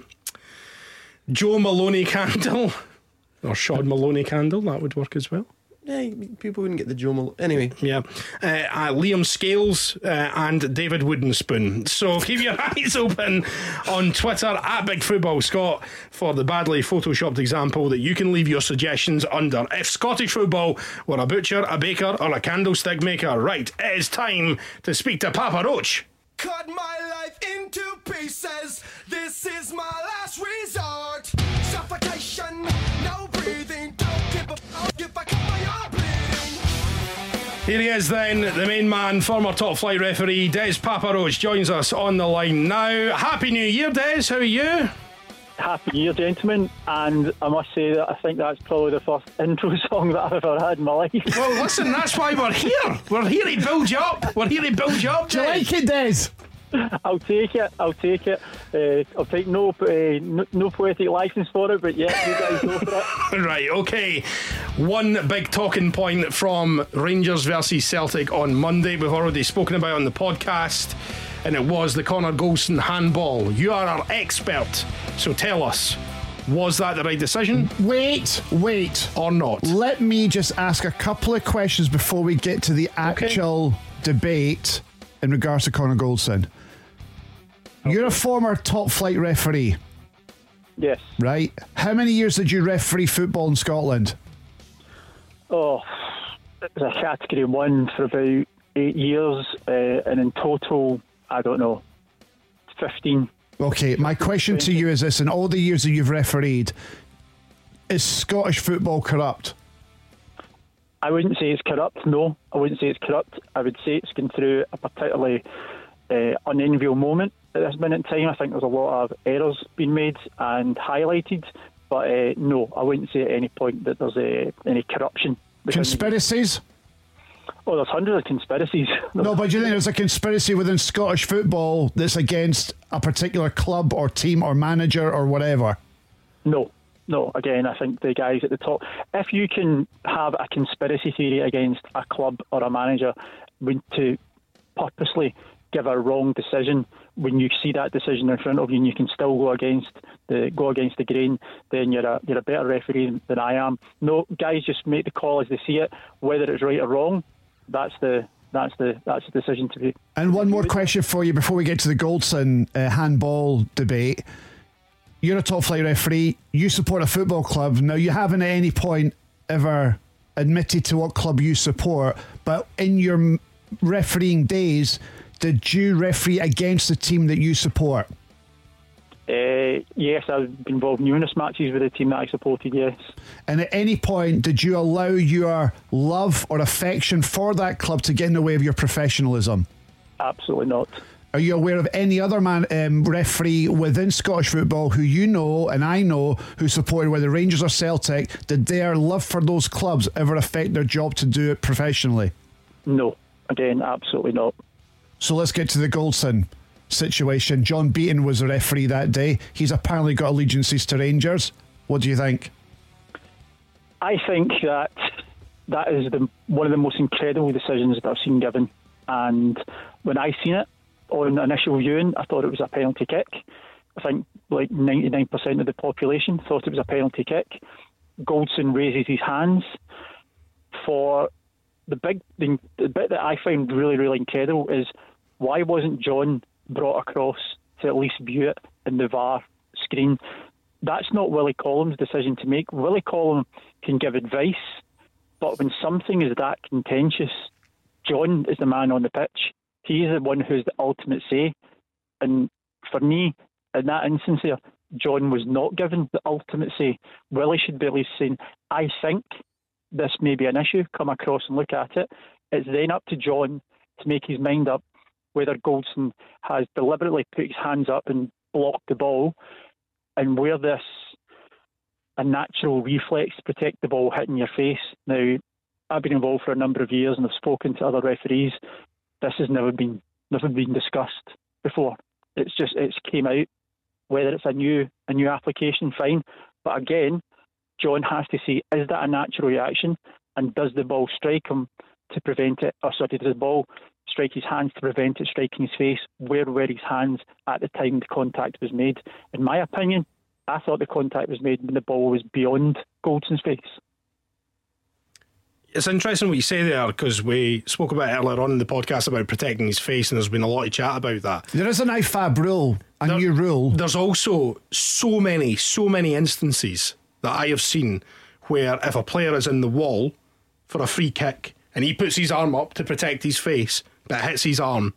Joe Maloney Candle, or Sean Maloney Candle, that would work as well. Yeah, people wouldn't get the Joe Mal- Anyway, Yeah. Uh, uh, Liam Scales uh, and David Woodenspoon. So keep your eyes open on Twitter at Big Football Scott for the badly photoshopped example that you can leave your suggestions under. If Scottish football were a butcher, a baker, or a candlestick maker, right, it is time to speak to Papa Roach. Cut my life into pieces. This is my last resort. Suffocation, no breathing. Don't give a fuck if I cut my arm bleeding. Here he is, then, the main man, former top flight referee, Des Paparoch, joins us on the line now. Happy New Year, Des. How are you? Happy New Year, gentlemen. And I must say that I think that's probably the first intro song that I've ever had in my life. Well, listen, that's why we're here. We're here to build you up. We're here to build you up, Do you Des. like it, Des? I'll take it. I'll take it. Uh, I'll take no, uh, no no poetic license for it, but yeah, you guys go for it. Right, okay. One big talking point from Rangers versus Celtic on Monday. We've already spoken about it on the podcast. and it was the Connor Golson handball. You are our expert, so tell us, was that the right decision Wait, wait. or not? Let me just ask a couple of questions before we get to the actual debate in regards to Conor Goldson. You're a former top flight referee, Yes. right? How many years did you referee football in Scotland? Oh, it was a category one for about eight years, uh, and in total, I don't know, 15. Okay, my question to you is this in all the years that you've refereed, is Scottish football corrupt? I wouldn't say it's corrupt, no. I wouldn't say it's corrupt. I would say it's gone through a particularly uh, unenviable moment at this minute in time. I think there's a lot of errors being made and highlighted, but uh, no, I wouldn't say at any point that there's uh, any corruption. within the- Conspiracies? Oh, there's hundreds of conspiracies. No, but do you think there's a conspiracy within Scottish football that's against a particular club or team or manager or whatever? No, no. Again, I think the guys at the top. If you can have a conspiracy theory against a club or a manager, when to purposely give a wrong decision when you see that decision in front of you, and you can still go against the go against the grain, then you're a you're a better referee than I am. No, guys just make the call as they see it, whether it's right or wrong. That's the that's the that's the decision to be. And one more question for you before we get to the Goldson uh, handball debate. You're a top flight referee. You support a football club. Now, you haven't at any point ever admitted to what club you support, but in your m- refereeing days, did you referee against the team that you support? Uh, yes, I've been involved in numerous matches with the team that I supported. Yes. And at any point, did you allow your love or affection for that club to get in the way of your professionalism? Absolutely not. Are you aware of any other man um, referee within Scottish football who you know and I know who supported whether Rangers or Celtic? Did their love for those clubs ever affect their job to do it professionally? No. Again, absolutely not. So let's get to the Goldson situation. John Beaton was the referee that day. He's apparently got allegiances to Rangers. What do you think? I think that that is the, one of the most incredible decisions that I've seen given. And when I seen it on initial viewing, I thought it was a penalty kick. I think like 99% of the population thought it was a penalty kick. Goldson raises his hands for the big the, the bit that I find really really incredible is why wasn't John brought across to at least view it in the VAR screen? That's not Willie Collins' decision to make. Willie Collins can give advice, but when something is that contentious, John is the man on the pitch. He is the one who's the ultimate say. And for me, in that instance here, John was not given the ultimate say. Willie should be at least saying, I think this may be an issue, come across and look at it. It's then up to John to make his mind up whether Goldson has deliberately put his hands up and blocked the ball and where this a natural reflex to protect the ball hitting your face. Now, I've been involved for a number of years and I've spoken to other referees. This has never been never been discussed before. It's just it's came out. Whether it's a new a new application, fine. But again, John has to see is that a natural reaction and does the ball strike him to prevent it or sorry, does the ball strike his hands to prevent it striking his face? Where were his hands at the time the contact was made? In my opinion, I thought the contact was made when the ball was beyond Goldson's face. It's interesting what you say there because we spoke about it earlier on in the podcast about protecting his face, and there's been a lot of chat about that. There is an IFAB rule, a There- new rule. There's also so many, so many instances that I have seen where if a player is in the wall for a free kick and he puts his arm up to protect his face, but hits his arm,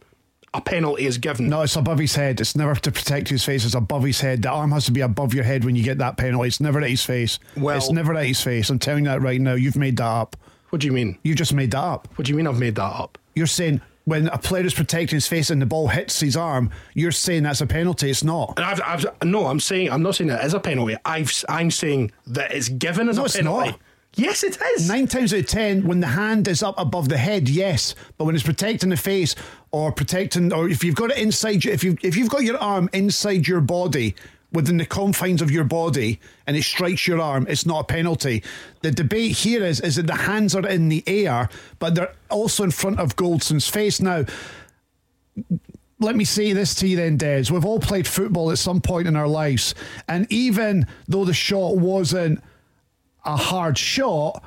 a penalty is given. No, it's above his head. It's never to protect his face. It's above his head. The arm has to be above your head when you get that penalty. It's never at his face. Well- it's never at his face. I'm telling you that right now. You've made that up. What do you mean? You just made that up. What do you mean I've made that up? You're saying when a player is protecting his face and the ball hits his arm, you're saying that's a penalty. It's not. And I've, I've no, I'm saying I'm not saying it is a penalty. I've I'm saying that it's given as No, a it's penalty. not. Yes, it is. Nine times out of ten, when the hand is up above the head, yes. But when it's protecting the face or protecting, or if you've got it inside, you, if you if you've got your arm inside your body, within the confines of your body, and it strikes your arm, it's not a penalty. The debate here is is that the hands are in the air, but they're also in front of Goldson's face now. let me say this to you then, Des. We've all played football at some point in our lives. And even though the shot wasn't a hard shot,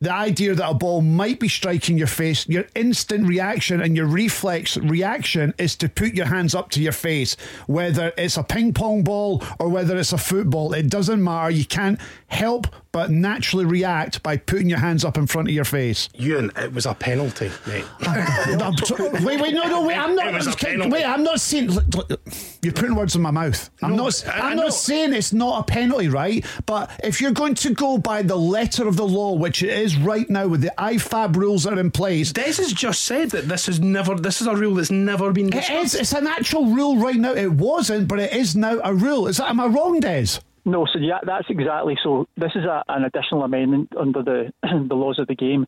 the idea that a ball might be striking your face, your instant reaction and your reflex reaction is to put your hands up to your face. Whether it's a ping pong ball or whether it's a football, it doesn't matter. You can't help but naturally react by putting your hands up in front of your face. Ewan, it was a penalty, mate. I'm so- wait, wait, no, no, wait. I'm It was a not. penalty. Wait, I'm not saying. look, look, You're putting words in my mouth. I'm No, not. I- I I'm know. not saying it's not a penalty, right? But if you're going to go by the letter of the law, which it is right now with the IFAB rules that are in place, Des has just said that this is never. This is a rule that's never been it discussed. is. It's an actual rule right now. It wasn't, but it is now a rule. Is that am I wrong, Des? No, so yeah, that's exactly. So this is a, an additional amendment under the the laws of the game.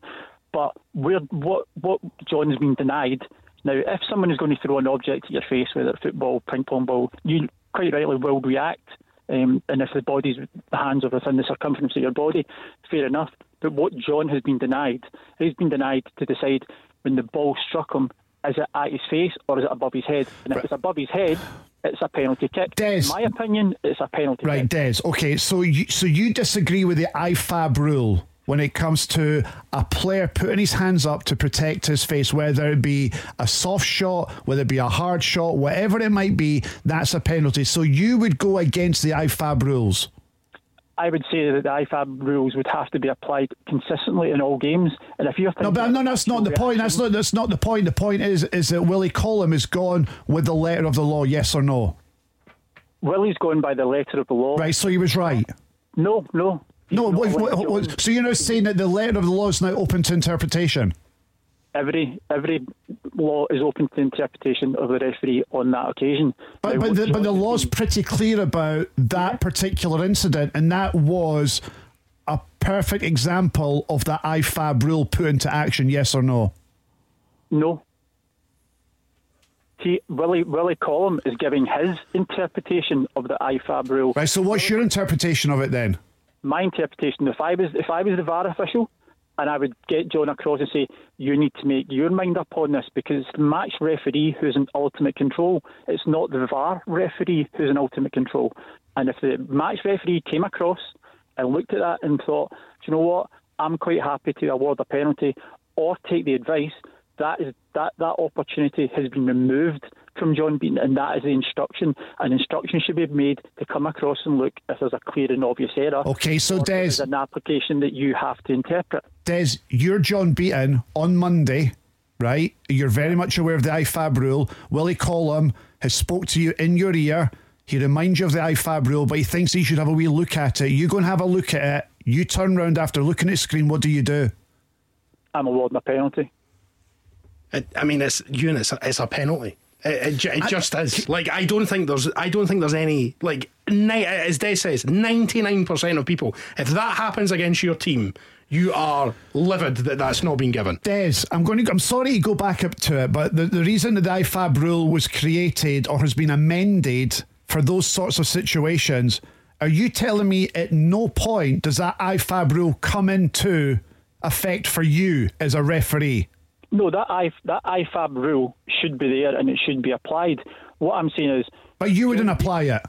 But where what what John's been denied now, if someone is going to throw an object at your face, whether it's football, ping pong ball, you quite rightly will react. Um, and if the body's the hands are within the circumference of your body, fair enough. But what John has been denied, he's been denied to decide when the ball struck him, is it at his face or is it above his head? And if it's above his head, it's a penalty kick. Des- In my opinion, it's a penalty kick. Right, Des. Okay, so you, so you disagree with the IFAB rule when it comes to a player putting his hands up to protect his face, whether it be a soft shot, whether it be a hard shot, whatever it might be, that's a penalty. So you would go against the IFAB rules. I would say that the IFAB rules would have to be applied consistently in all games. And if you're No, thinking, but no, that's not the point. That's not that's not the point. The point is is that Willie Collum is gone with the letter of the law. Yes or no? Willie's going by the letter of the law. Right. So he was right. No, no. No. He's not What, Willie what- what- Jones. so you're now saying that the letter of the law is now open to interpretation. every every law is open to interpretation of the referee on that occasion. But, Now, but, what the, but Jones the has law's been- pretty clear about that particular incident, and that was a perfect example of the IFAB rule put into action, yes or no? No. He, Willie, Willie Collum is giving his interpretation of the IFAB rule. Right, so what's your interpretation of it then? my interpretation, if I was if I was the VAR official, and I would get John across and say, "You need to make your mind up on this because it's the match referee who's in ultimate control. It's not the VAR referee who's in ultimate control." And if the match referee came across and looked at that and thought, "Do you know what? I'm quite happy to award a penalty or take the advice," that is that that opportunity has been removed from John Beaton, and that is the instruction. An instruction should be made to come across and look if there's a clear and obvious error Okay, so or Des, Is an application that you have to interpret. Des, you're John Beaton on Monday, right? You're very much aware of the IFAB rule. Willie Collum has spoke to you in your ear. He reminds you of the IFAB rule, but he thinks he should have a wee look at it. You go and have a look at it. You turn round after looking at the screen. What do you do? I'm awarding a penalty. It, I mean, it's Ewan. It's a, it's a penalty. It, it, ju- it just is. Like I don't think there's. I don't think there's any. Like ni- as Des says, ninety nine percent of people. If that happens against your team, you are livid that that's not been given. Des, I'm going to. I'm sorry to go back up to it, but the, the reason that the IFAB rule was created or has been amended for those sorts of situations, are you telling me at no point does that IFAB rule come into effect for you as a referee? No, that I, that IFAB rule should be there and it should be applied. What I'm saying is, But you wouldn't apply it.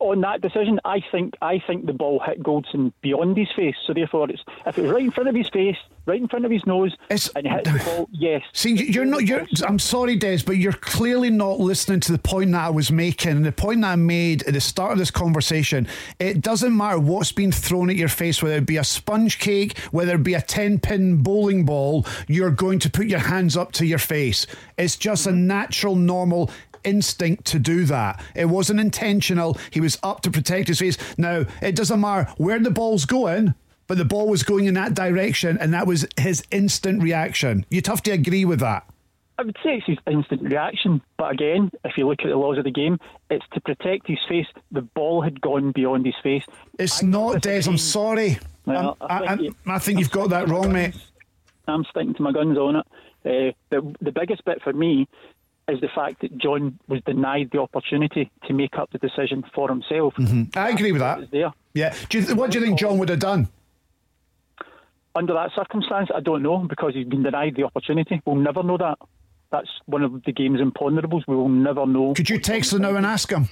on that decision, I think I think the ball hit Goldson beyond his face. So therefore, it's if it was right in front of his face, right in front of his nose, It's- and it hits the ball, yes. See, you- you're not. You're. I'm sorry, Des, but you're clearly not listening to the point that I was making. And the point that I made at the start of this conversation, it doesn't matter what's been thrown at your face, whether it be a sponge cake, whether it be a ten pin bowling ball, you're going to put your hands up to your face. It's just a natural, normal instinct to do that. It wasn't intentional. He was up to protect his face. Now it doesn't matter where the ball's going. But the ball was going in that direction, and that was his instant reaction. You'd have to agree with that. I would say it's his instant reaction, but again, if you look at the laws of the game, it's to protect his face. The ball had gone beyond his face. It's I'm not, not Des. I'm disagreeing. sorry. Well, I'm- I, I think I'm- you- Um, I think you've got that wrong, mate. I'm sticking to my guns on it. Uh, the, the biggest bit for me is the fact that John was denied the opportunity to make up the decision for himself. I agree with that. It's there. Yeah. Do you, what do you think John would have done? Under that circumstance, I don't know because he's been denied the opportunity. We'll never know that. that's one of the game's imponderables. We will never know. Could you text them now and ask them?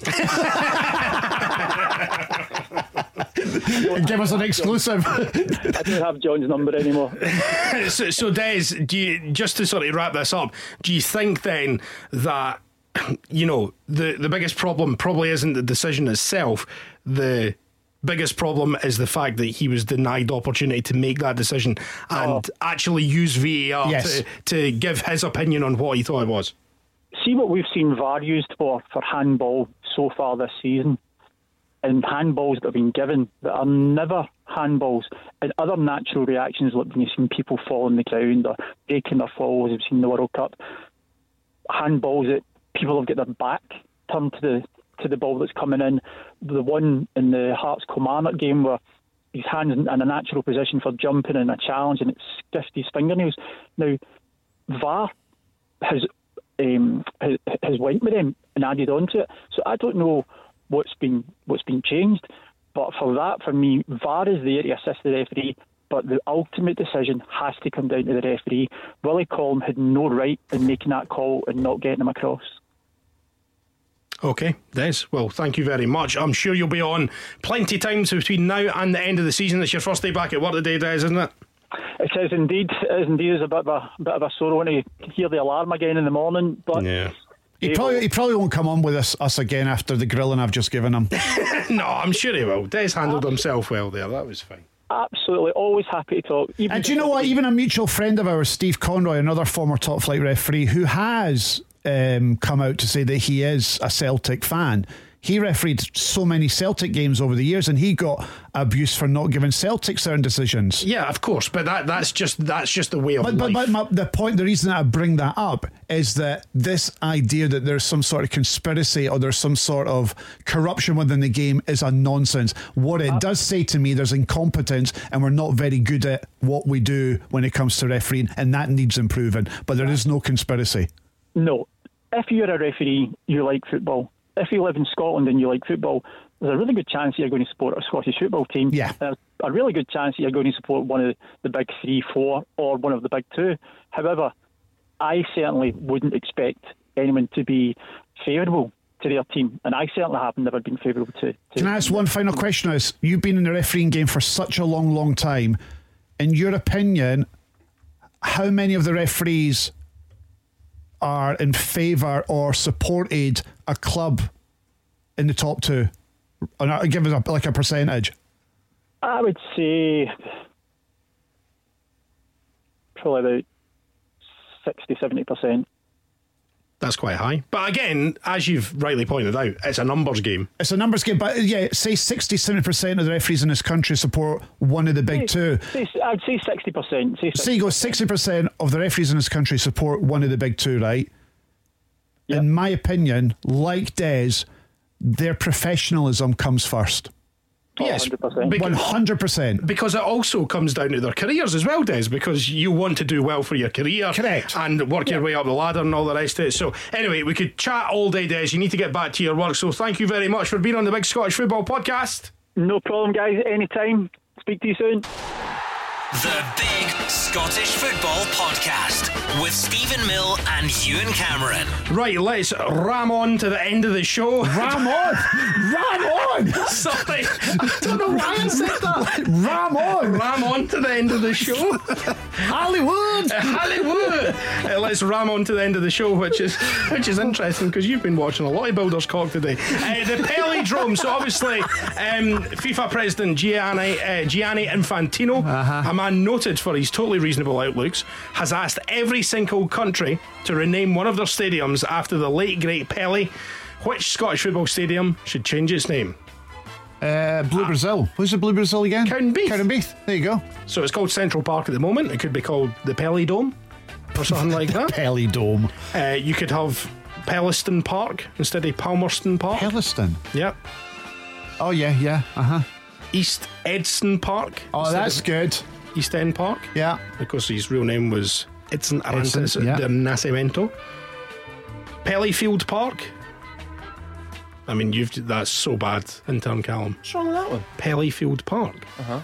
and give us an exclusive. I don't have John's number anymore. so, so Des, do you just to sort of wrap this up? Do you think then that you know the the biggest problem probably isn't the decision itself? The biggest problem is the fact that he was denied opportunity to make that decision and actually use VAR Yes. to, to give his opinion on what he thought it was. See what we've seen VAR used for for handball so far this season, and handballs that have been given that are never handballs, and other natural reactions like when you've seen people fall on the ground or breaking their falls. We've seen the World Cup handballs that people have got their back turned to the to the ball that's coming in. The one in the Hearts Kilmarnock game where his hands in in a natural position for jumping and a challenge, and it stiffed his fingernails. Now, VAR has um, has, has went with them and added on to it. So I don't know what's been what's been changed, but for that, for me, VAR is there to assist the referee. But the ultimate decision has to come down to the referee. Willie Colm had no right in making that call and not getting him across. Okay, Des. Well, thank you very much. I'm sure you'll be on plenty times between now and the end of the season. It's your first day back at work today, Des, isn't it? It is indeed, it is indeed, is a bit of a bit of a sorrow when to hear the alarm again in the morning. But He probably, he probably won't come on with us, us again after the grilling I've just given him. No, I'm sure he will. Des Oh. handled himself well there. That was fine. absolutely, always happy to talk. even And do if you know it's- what? Even a mutual friend of ours, Steve Conroy, another former top flight referee, who has um, come out to say that he is a Celtic fan. He refereed so many Celtic games over the years, and he got abuse for not giving Celtic certain decisions. Yeah, of course, but that that's just that's just the way of But, but, life. but my, the point, the reason that I bring that up is that this idea that there's some sort of conspiracy or there's some sort of corruption within the game is a nonsense. What Uh, it does say to me, there's incompetence and we're not very good at what we do when it comes to refereeing, and that needs improving. But uh, there is no conspiracy. No. If you're a referee, you like football. If you live in Scotland and you like football, there's a really good chance that you're going to support a Scottish football team. Yeah. And a really good chance that you're going to support one of the big three, four, or one of the big two. However, I certainly wouldn't expect anyone to be favourable to their team, and I certainly have never been favourable to. to Can I ask one final question? Is you've been in the refereeing game for such a long, long time. In your opinion, how many of the referees are in favour or supported a club in the top two? And I- give us a, like a percentage. I would say probably about 60 70%. that's quite high. But again, as you've rightly pointed out, it's a numbers game. It's a numbers game, but yeah, say 60, 70% of the referees in this country support one of the big two. Say- I'd say 60%. Say 60%. So you go 60% of the referees in this country support one of the big two, right? Yep. In my opinion, like Des, their professionalism comes first. Oh, yes, 100%. bec- 100%. because it also comes down to their careers as well, Des. Because you want to do well for your career, Correct. and work your way up the ladder and all the rest of it. So anyway, we could chat all day, Des. You need to get back to your work. So thank you very much for being on the Big Scottish Football Podcast. No problem, guys. Anytime. Speak to you soon. The Big Scottish Football Podcast with Stephen Mill and Ewan Cameron. Right, let's ram on to the end of the show. Ram on! Ram on! Sorry, I don't know why I said that. Ram on! Ram on to the end of the show. Hollywood! Hollywood. Uh, let's ram on to the end of the show, which is which is interesting because you've been watching a lot of Builders Cock today. Uh, the Pelly So obviously, um, FIFA president Gianni uh, Gianni Infantino, a man noted for his totally reasonable outlooks, has asked every single country to rename one of their stadiums after the late great Pelly. Which Scottish football stadium should change its name? Uh, Blue Brazil. Who's the Blue Brazil again? Cowdenbeath. Cowdenbeath. There you go. So it's called Central Park at the moment. It could be called the Pelly Dome or something like that. Pelly Dome. Uh, you could have Pelliston Park instead of Palmerston Park. Pelliston. yep. Oh, yeah, yeah. Uh huh. East Edson Park. Oh, instead that's of good. East End Park. Yeah. Of course, his real name was Edson Arantes yeah. de Nascimento. Pellyfield Park. I mean, you've that's so bad in turn, Callum. What's wrong with that one? Pellyfield Park. Uh huh.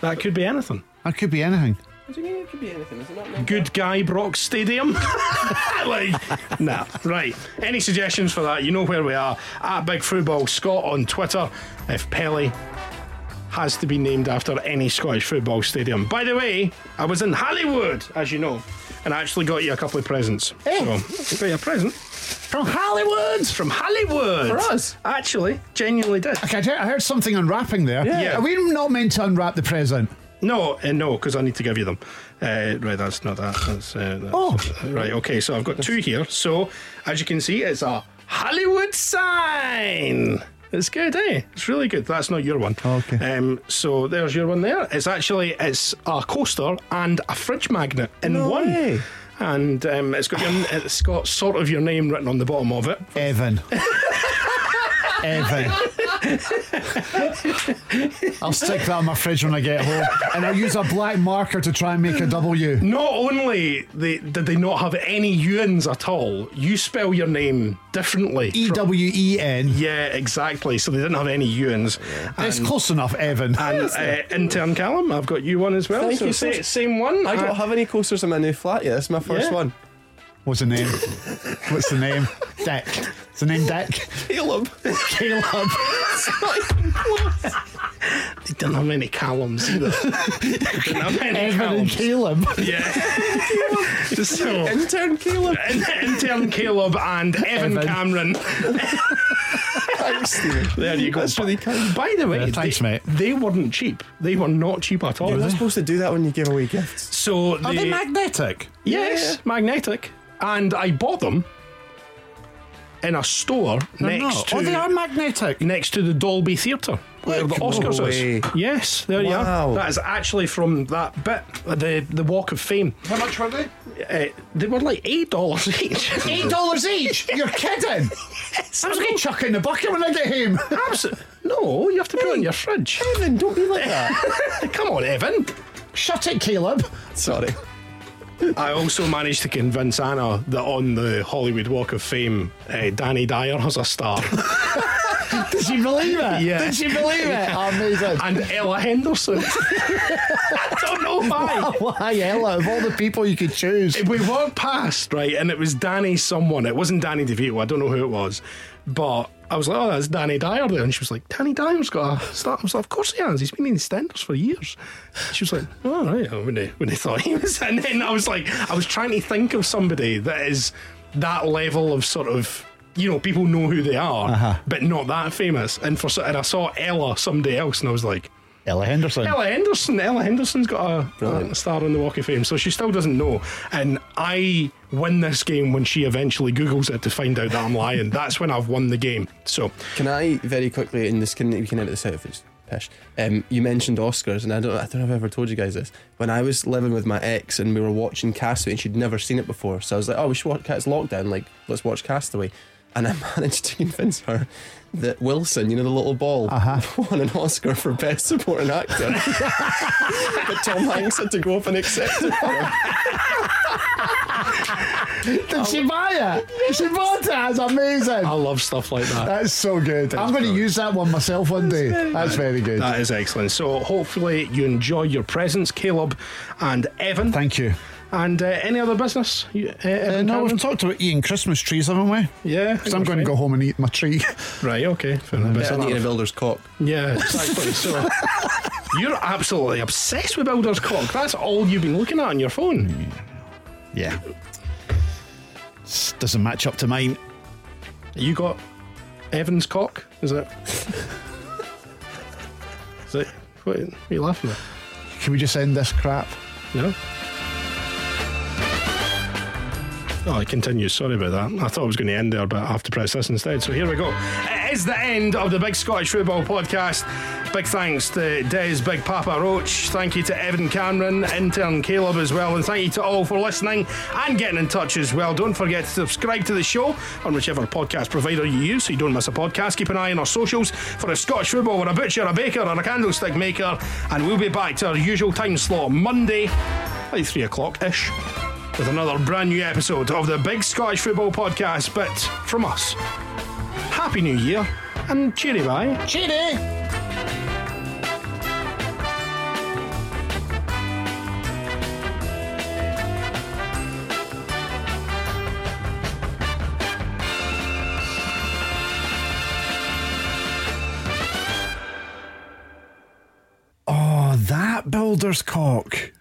That could be anything. That could be anything. What do you mean it could be anything? Is it not? meant- Good guy Brock Stadium. like, nah. Right. Any suggestions for that? You know where we are. At Big Football Scott on Twitter. If Pelly has to be named after any Scottish football stadium. By the way, I was in Hollywood, as you know, and I actually got you a couple of presents. So, Eh, got you a present From Hollywood! from Hollywood. For us? Actually, genuinely did. Okay, I heard- I heard something unwrapping there. Yeah. Are we not meant to unwrap the present? No, uh, no, because I need to give you them. Uh, right, that's not that. That's, uh, that's, Oh. Right, okay, so I've got two here. So, as you can see, it's a Hollywood sign. It's good, eh? It's really good. That's not your one. Okay. Um, so there's your one there. It's actually it's a coaster and a fridge magnet in No one. way. And um, it's got your, it's got sort of your name written on the bottom of it. Evan. Evan. I'll stick that in my fridge when I get home, and I'll use a black marker to try and make a W. Not only they, did they not have any Ewans at all, you spell your name differently. E W E N. Yeah, exactly. So they didn't have any Ewans. It's close enough, Evan. And uh, intern Callum, I've got you one as well. Thank so you, sa- sir. same one. I Uh, don't have any coasters in my new flat yet. It's my first Yeah. one. What's the name? What's the name? Dick. Is the name Dick? Caleb. Caleb. They didn't have any Callums either. they didn't have any Evan and Callums. Caleb. Yeah. so, Intern Caleb. in- intern Caleb and Evan, Evan. Cameron. Thanks, Stephen. There you go. That's really kind. By the way, Yeah, thanks, they, mate. they weren't cheap. They were not cheap at all. You're not supposed to do that when you give away gifts. so Are they magnetic? Yes, magnetic. And I bought them in a store They're next not. to Oh, they are magnetic. next to the Dolby Theatre where the Look, no Oscars way. is. Yes, there you Wow. are. That is actually from that bit, the the Walk of Fame. How much were they? Uh, they were like eight dollars each. Eight dollars each. You're kidding. I was going to chuck it in the bucket when I get home. Absolutely. No, you have to put it in your fridge. Evan, don't be like that. Come on, Evan. Shut it, Caleb. Sorry. I also managed to convince Anna that on the Hollywood Walk of Fame, uh, Danny Dyer has a star. Did she believe it? Yeah. Did she believe it? Amazing. and Ella Henderson. I don't know why. Why, Ella, of all the people you could choose. we walked past, right, and it was Danny someone. It wasn't Danny DeVito, I don't know who it was. But I was like, oh, that's Danny Dyer there. And she was like, Danny Dyer's got a start. I was like, of course he has. He's been in standards for years. She was like, all right, oh, when, they, when they thought he was. And then I was like, I was trying to think of somebody that is that level of sort of. You know, people know who they are, but not that famous. And for so- and I saw Ella, somebody else, and I was like, Ella Henderson. Ella Henderson. Ella Henderson's got a, a star on the Walk of Fame, so she still doesn't know. And I win this game when she eventually Googles it to find out that I'm lying. That's when I've won the game. So Can I very quickly, and this can we can edit this out if it's pish. Um, you mentioned Oscars, and I don't, I don't know if I ever told you guys this. When I was living with my ex, and we were watching Castaway, and she'd never seen it before, so I was like, "Oh, we should watch. It's lockdown. Like, let's watch Castaway." And I managed to convince her that Wilson, you know, the little ball, won an Oscar for Best Supporting Actor. but Tom Hanks had to go up and accept it. for him. Did she buy it? She bought it. That's amazing. I love stuff like that. Oh. That's so good. I'm going to use that one myself one day. That's very good. That is excellent. So hopefully you enjoy your presents, Caleb and Evan. Thank you. And uh, any other business? You- uh, Evan no, Cameron? we've talked about eating Christmas trees, haven't we? yeah. So I'm going to go home and eat my tree. Right. Okay. Fair enough. Better than eating a builder's cock. Yeah, exactly. so you're absolutely obsessed with Builder's Cock. That's all you've been looking at on your phone. yeah. Doesn't match up to mine. You got Evan's cock? Is it? Is it? What, what are you laughing at? Can we just end this crap? No. Oh, it continues. Sorry about that. I thought I was going to end there, but I have to press this instead. So here we go. It is the end of the Big Scottish Football Podcast. Big thanks to Des, Big Papa Roach. Thank you to Evan Cameron, intern Caleb as well. And thank you to all for listening and getting in touch as well. Don't forget to subscribe to the show on whichever podcast provider you use so you don't miss a podcast. Keep an eye on our socials for a Scottish football with a butcher, a baker, or a candlestick maker. And we'll be back to our usual time slot Monday, like three o'clock ish with another brand new episode of the Big Scottish Football Podcast. But from us, Happy New Year and cheery bye. Cheating! Mulder's Oh, cock.